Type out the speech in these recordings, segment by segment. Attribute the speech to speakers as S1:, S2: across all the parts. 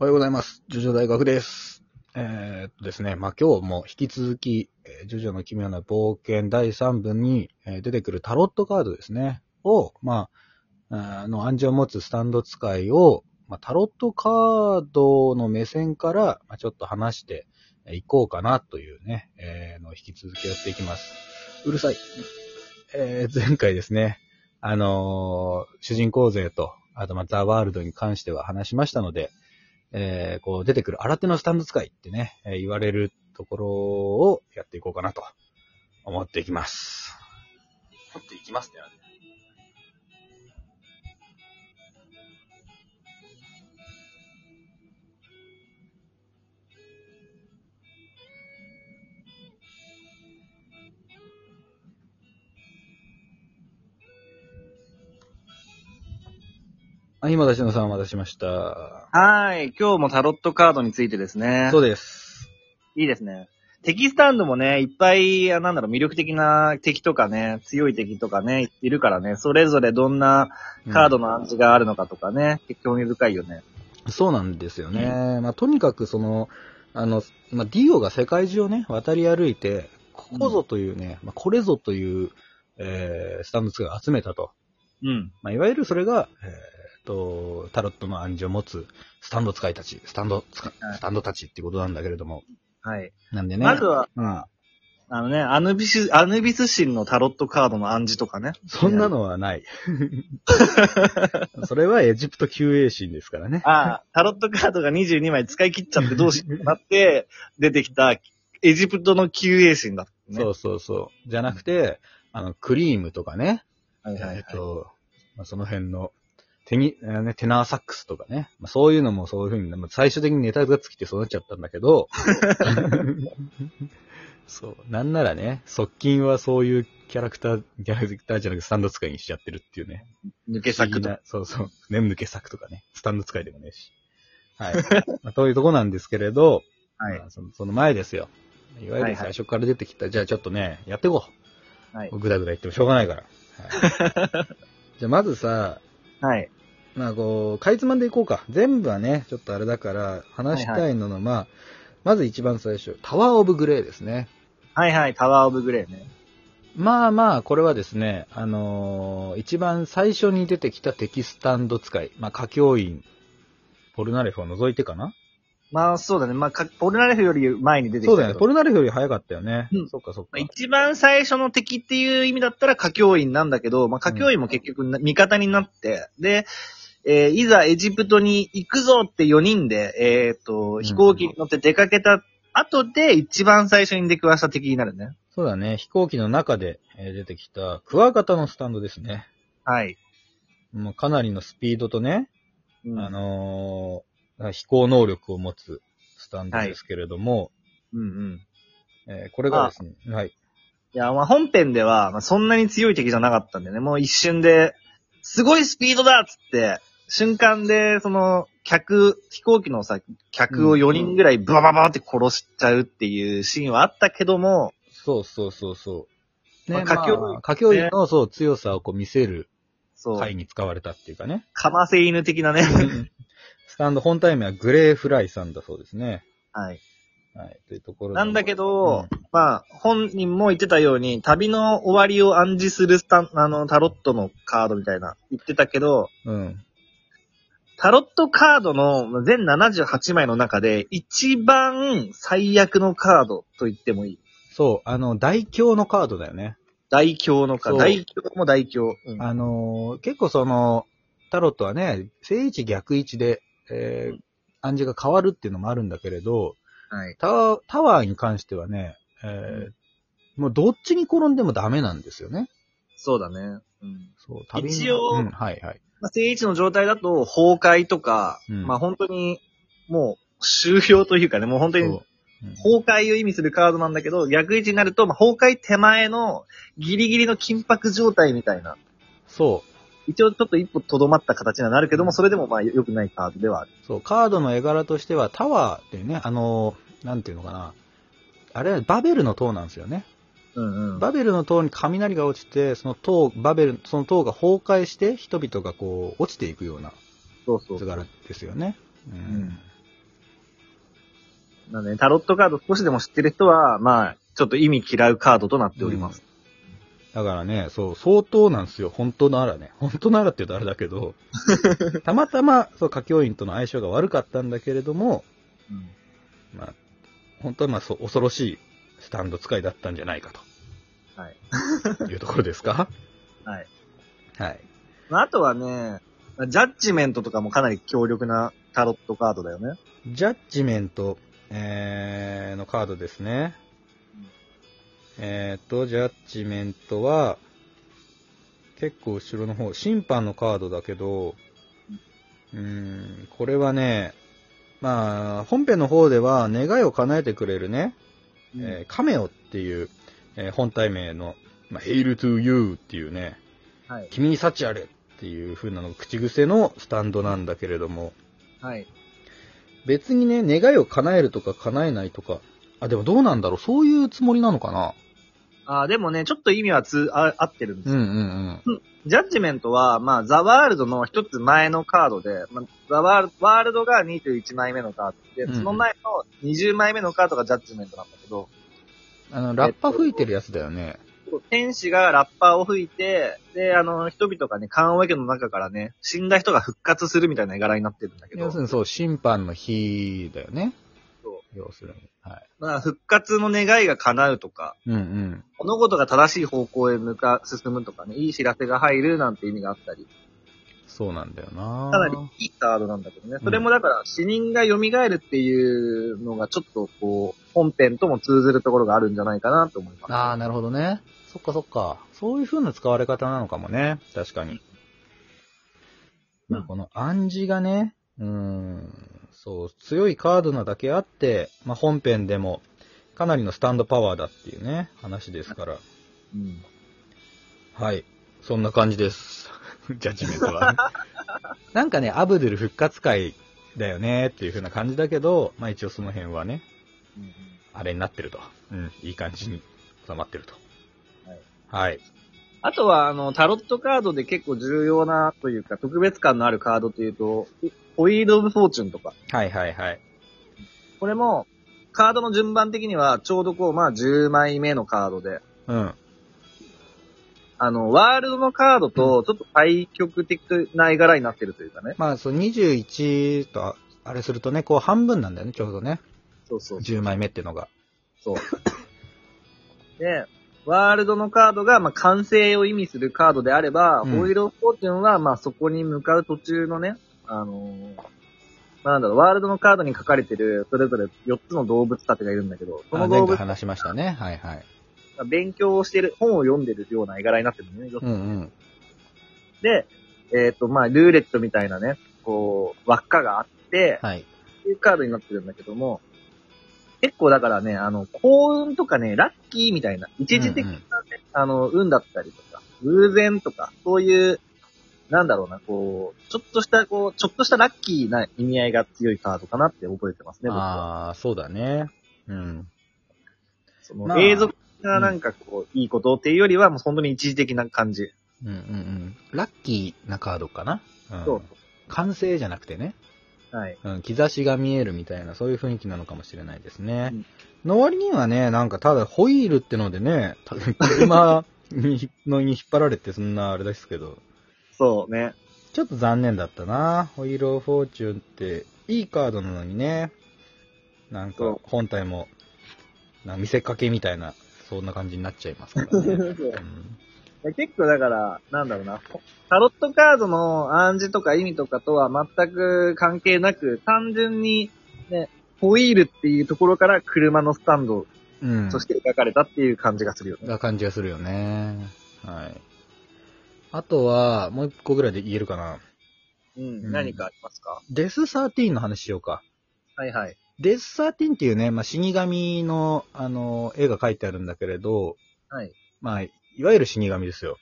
S1: おはようございます。ジョジョ大学です。えーっとですね、まあ、今日も引き続き、えージョジョの奇妙な冒険第3部に、えー出てくるタロットカードですね、を、まあ、あーの暗示を持つスタンド使いを、まあ、タロットカードの目線から、まあ、ちょっと話していこうかなというね、えーの引き続きをしていきます。うるさい。えー前回ですね、あのー主人公勢と、あとまあザ・ワールドに関しては話しましたので、えーこう出てくる新手のスタンド使いってね、えー言われるところをやっていこうかなと思っていきます。思っていきますね、あ、今出しのさんお待たせしました。
S2: はい。今日もタロットカードについてですね。
S1: そうです。
S2: いいですね。敵スタンドもね、いっぱい、あなんだろう、魅力的な敵とかね、強い敵とかね、いるからね、それぞれどんなカードの暗示があるのかとかね、興味深いよね。
S1: そうなんですよね。まあ、とにかくその、あの、まあ、ディオが世界中をね、渡り歩いて、ここぞというね、まあ、これぞという、えースタンド使いを集めたと。
S2: うん。
S1: まあ、いわゆるそれが、えーと、タロットの暗示を持つスタンド使いたち、スタンド使い、
S2: はい
S1: スタンドたちってことなんだけれども。
S2: はい。
S1: なんでね。
S2: まずは、
S1: うん。
S2: あのね、アヌビス、アヌビス神のタロットカードの暗示とかね。
S1: そんなのはない。それはエジプト救衛神ですからね。
S2: あ あ、タロットカードが22枚使い切っちゃってどうしようってな って、出てきた、エジプトの救衛神だ、ね。
S1: そうそうそう。じゃなくて、あの、クリームとかね。
S2: はいはい、は
S1: えっ
S2: い。
S1: と、まあ、その辺の、テニ、えーね、テナーサックスとかね。まあ、そういうのもそういうふうに、まあ最終的にネタが尽きてそうなっちゃったんだけ ど、そう。なんならね、側近はそういうキャラクター、キャラクターじゃなくてスタンド使いにしちゃってるっていうね。
S2: 抜け作
S1: 不
S2: と。
S1: 思議なそうそう。ね、抜け作とかね。スタンド使いでもねえし。 はい。まあ、というとこなんですけれど、
S2: はい
S1: ま。あそのその前ですよ。いわゆ
S2: はいは
S1: る
S2: い
S1: 最初から出てきた、じゃあちょっとね、やっていこう。
S2: はい
S1: ぐだぐだ言ってもしょうがないから。 はい、じゃあまずさ、
S2: はい。
S1: まあこう、かいつまんでいこうか。全部はね、ちょっとあれだから、話したいのの、まあ、まず一番最初、タワーオブグレーですね。
S2: はいはい、タワーオブグレーね。
S1: まあまあ、これはですね、あのー一番最初に出てきた敵スタンド使い、まあ、歌教員、ポルナレフを除いてかな
S2: まあそうだね。まあか、ポルナレフより前に出てきた
S1: そう
S2: けど。
S1: だよね。ポルナレフより早かったよね。
S2: うん
S1: そっかそっか
S2: まあ。一番最初の敵っていう意味だったら歌教員なんだけど、まあ歌教員も結局な味方になって、で、えーいざエジプトに行くぞって4人で、えっ、と、飛行機に乗って出かけた後で一番最初に出くわした敵になるね。
S1: そうだね。飛行機の中でえー出てきたクワガタのスタンドですね。
S2: はい。
S1: もうかなりのスピードとね、
S2: うん
S1: あ、のー飛行能力を持つスタンドですけれども、
S2: うんうん。
S1: えーこれがですね、はい。
S2: いや、まあ本編では、まあ、そんなに強い敵じゃなかったんでね、もう一瞬で、すごいスピードだっつって、瞬間で、その、客、飛行機のさ、客を4人ぐらいババババって殺しちゃうっていうシーンはあったけども、
S1: そうそうそうそう。
S2: まあ
S1: ね、
S2: 華僑
S1: まあ華僑員の、そう、強さをこう見せる
S2: そう、
S1: 回に使われたっていうかね。
S2: かませ犬的なね。
S1: スタンド、本体名はグレーフライさんだそうですね。
S2: はい。
S1: はい。というところで
S2: なんだけど、
S1: うん
S2: まあ、本人も言ってたように、旅の終わりを暗示するスタン、あの、タロットのカードみたいな、言ってたけど、
S1: うん。
S2: タロットカードの全78枚の中で一番最悪のカードと言ってもいい。
S1: そう、あの、大凶のカードだよね。
S2: 大凶のカー
S1: そう
S2: ド。大凶も大凶。うん
S1: あのー結構その、タロットはね、正位置逆位置で、えー暗示が変わるっていうのもあるんだけれど、
S2: はい。
S1: タワー、タワーに関してはね、えーもうどっちに転んでもダメなんですよね。
S2: そうだね。うん
S1: そう、の
S2: 一応
S1: うん、はいはい。
S2: まあ、正位置の状態だと崩壊とか、
S1: うん
S2: まあ本当にもう終了というかね、もう本当に
S1: そううん
S2: 崩壊を意味するカードなんだけど、逆位置になると、まあ、崩壊手前のギリギリの緊迫状態みたいな。
S1: そう。
S2: 一応ちょっと一歩とどまった形にはなるけども、それでもまあ良くないカードではある。
S1: そう、カードの絵柄としてはタワーっていうね、あのーなんていうのかな。あれはバベルの塔なんですよね。
S2: うんうん。
S1: バベルの塔に雷が落ちて、その塔、バベル、その塔が崩壊して、人々がこう、落ちていくような
S2: そうそう
S1: 図。柄ですよね。うん
S2: んなので、タロットカード少しでも知ってる人は、まあ、ちょっと意味嫌うカードとなっております。
S1: だからね、そう、相当なんですよ。本当ならね。本当ならって言うとあれだけ ど、たまたま、そう、歌教員との相性が悪かったんだけれども、
S2: うん
S1: まあ、本当はまあ、そう、恐ろしいスタンド使いだったんじゃないか
S2: はい。
S1: というところですか
S2: はい。
S1: はい。
S2: まあ、あとはね、ジャッジメントとかもかなり強力なタロットカードだよね。
S1: ジャッジメント、えー、のカードですね。えーと、ジャッジメントは、結構後ろの方、審判のカードだけど、うーん、これはね、まあ、本編の方では願いを叶えてくれるね、えーカメオっていう、えー本体名の、まあ、Hail to You っていうね、
S2: はい。
S1: 君に幸あれっていう風なのが口癖のスタンドなんだけれども、
S2: はい。
S1: 別にね、願いを叶えるとか叶えないとか、あ、でもどうなんだろう、そういうつもりなのかな
S2: あーでもね、ちょっと意味はつあ合ってるんです
S1: うんうん
S2: ジャッジメントは、まあ、ザ・ワールドの一つ前のカードで、まあ、ザワールド・ワールドが21枚目のカード
S1: う
S2: で、
S1: ん
S2: その前の20枚目のカードがジャッジメントなんだけど、
S1: うん。あの、ラッパ吹いてるやつだよね。
S2: 天使がラッパーを吹いて、で、あの、人々がね、棺桶の中からね、死んだ人が復活するみたいな絵柄になってるんだけど
S1: 要す、るにそう、審判の日だよね。
S2: そ
S1: 要するに。はい。
S2: まあ、復活の願いが叶うとか、
S1: うんうん。
S2: 物事が正しい方向へ向か、進むとかね、いい知らせが入るなんて意味があったり、
S1: そうなんだよな
S2: かなりいいカードなんだけどね。それもだから死人が蘇るっていうのがちょっとこう、本編とも通ずるところがあるんじゃないかなと思います。
S1: ああ、なるほどね。そっかそっか。そういう風な使われ方なのかもね。確かに。まあ、この暗示がね、うーん、そう、強いカードなだけあって、まあ、本編でも、かなりのスタンドパワーだっていうね、話ですから。
S2: うん。
S1: はい。そんな感じです。 ジャッジメント は。なんかね、アブドゥル復活会だよねっていう風な感じだけど、まあ一応その辺はね、
S2: うん
S1: あれになってると。うん、いい感じに収まってると。はい。
S2: あとは、あの、タロットカードで結構重要なというか、特別感のあるカードというと、ホイール・オブ・フォーチュンとか。
S1: はいはいはい。
S2: これも、カードの順番的には、ちょうどこう、まあ、10枚目のカードで、
S1: うん。
S2: あの、ワールドのカードと、ちょっと対極的な絵柄になってるというかね。
S1: まあ、その21と、ああれするとね、こう半分なんだよね、ちょうどね。
S2: そうそう
S1: 10枚目ってのが。
S2: そう。で、ワールドのカードが、まあ、完成を意味するカードであれば、
S1: うん
S2: ホイールオブフォーチュンは、まあ、そこに向かう途中のね、あのーまあ、なんだろう、ワールドのカードに書かれてる、それぞれ4つの動物たちがいるんだけど、そ
S1: あ
S2: の
S1: 前
S2: 動
S1: 回
S2: 物
S1: 話しましたね。はいはい。
S2: が勉強をしてる、本を読んでるような絵柄になってるのね、
S1: うんうん。
S2: で、えっ、と、まあ、ルーレットみたいなね、こう、輪っかがあって、
S1: はい。
S2: っていうカードになってるんだけども、結構だからね、あの、幸運とかね、ラッキーみたいな、一時的なね、あの、運だったりとか、偶然とか、そういう、なんだろうな、こう、ちょっとした、こう、ちょっとしたラッキーな意味合いが強いカードかなって覚えてますね、僕は。
S1: ああ、そうだね。うん。
S2: その
S1: まあ
S2: 永続がなんかこう、いいことっていうよりは、もう本当に一時的な感じ。
S1: うんうんうん。ラッキーなカードかな。うん、
S2: そう。
S1: 完成じゃなくてね、
S2: はい。
S1: うん、兆しが見えるみたいな、そういう雰囲気なのかもしれないですね。
S2: うん
S1: の割にはね、なんかただホイールってのでね、た車にのに引っ張られてそんなあれですけど、
S2: そうね。
S1: ちょっと残念だったな。ホイールオブフォーチュンっていいカードなのにね、なん
S2: そ
S1: か
S2: う
S1: 本体も、なんか見せかけみたいな、そんな感じになっちゃいますから ね。うん
S2: いや結構だから、なんだろうな、タロットカードの暗示とか意味とかとは全く関係なく、単純に、ね、ホイールっていうところから車のスタンド
S1: うん。
S2: として描かれたっていう感じがするよね。
S1: な感じがするよね。はい。あとは、もう一個ぐらいで言えるかな。
S2: うん、
S1: うん
S2: 何かありますか
S1: デス13の話しようか。
S2: はいはい。
S1: デス13っていうね、まあ、死神の、あの、絵が描いてあるんだけれど、
S2: はい。
S1: まあ、いわゆる死神ですよ。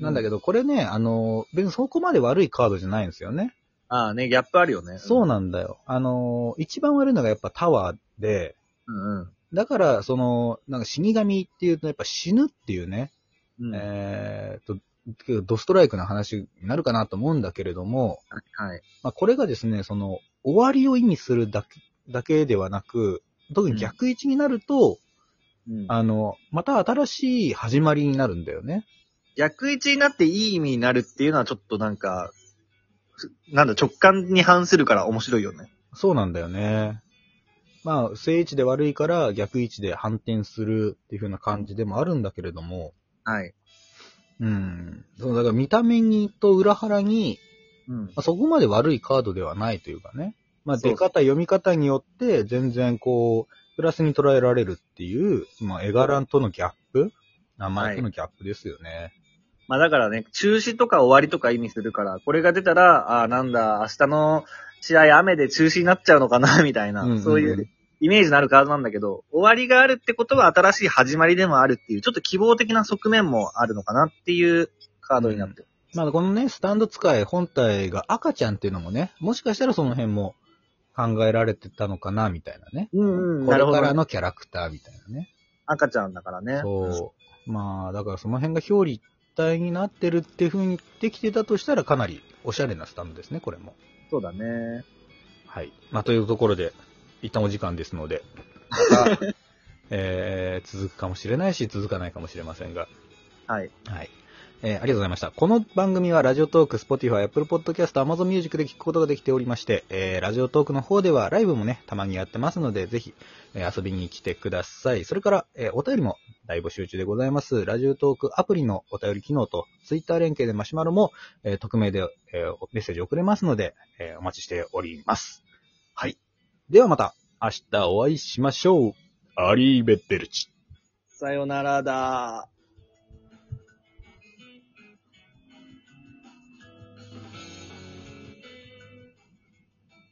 S1: なんだけど、これね、あの、別にそこまで悪いカードじゃないんですよね。
S2: ああね、ギャップあるよね。
S1: そう
S2: う。
S1: なんだよ。あの、一番悪いのがやっぱタワーで、
S2: うんうん。
S1: だから、その、なんか死神っていうと、やっぱ死ぬっていうね、
S2: うん
S1: えーっと、ドストライクな話になるかなと思うんだけれども、
S2: はい。
S1: まあ、これがですね、その、終わりを意味するだけだけではなく、特に逆位置になると、
S2: うん
S1: あの、また新しい始まりになるんだよね。
S2: 逆位置になっていい意味になるっていうのはちょっとなんか、ふなんだ、直感に反するから面白いよね。
S1: そうなんだよね。まあ、正位置で悪いから逆位置で反転するっていう風な感じでもあるんだけれども、
S2: はい。
S1: うん。その、だから見た目にと裏腹に、
S2: うん
S1: ま。あ、そこまで悪いカードではないというかね。まあ、
S2: そう
S1: 出方、読み方によって、全然こう、プラスに捉えられるっていう、まあ、絵柄とのギャップ名前とのギャップですよね。
S2: まあだからね、中止とか終わりとか意味するから、これが出たら、ああー、なんだ、明日の試合雨で中止になっちゃうのかな、 みたいな、
S1: うんうんうん
S2: そういうイメージのあるカードなんだけど、終わりがあるってことは新しい始まりでもあるっていう、ちょっと希望的な側面もあるのかなっていうカードになってる。
S1: まあ、このね、スタンド使い本体が赤ちゃんっていうのもね、もしかしたらその辺も考えられてたのかな、みたいなね。
S2: うんうん、
S1: こ
S2: な
S1: れ
S2: るほ
S1: か
S2: ど
S1: ら
S2: ね。
S1: のキャラクターみたいなね。
S2: 赤ちゃんだからね。
S1: そう。まあ、だからその辺が表裏一体になってるっていう風にできてたとしたらかなりおしゃれなスタンドですね、これも。
S2: そう だね。
S1: はい。まあ、というところで、一旦お時間ですので、また、えー、続くかもしれないし、続かないかもしれませんが、
S2: はい。
S1: はい。えーありがとうございました。この番組はラジオトーク、Spotify、Apple Podcast、Amazon Music で聞くことができておりまして、えーラジオトークの方ではライブもね、たまにやってますので、ぜひ、えー遊びに来てください。それから、えーお便りも大募集中でございます。ラジオトークアプリのお便り機能と、Twitter 連携でマシュマロも、えー匿名で、えーメッセージ送れますので、えーお待ちしております。はい。ではまた、明日お会いしましょう。アリーベッテルチ。
S2: さよならだ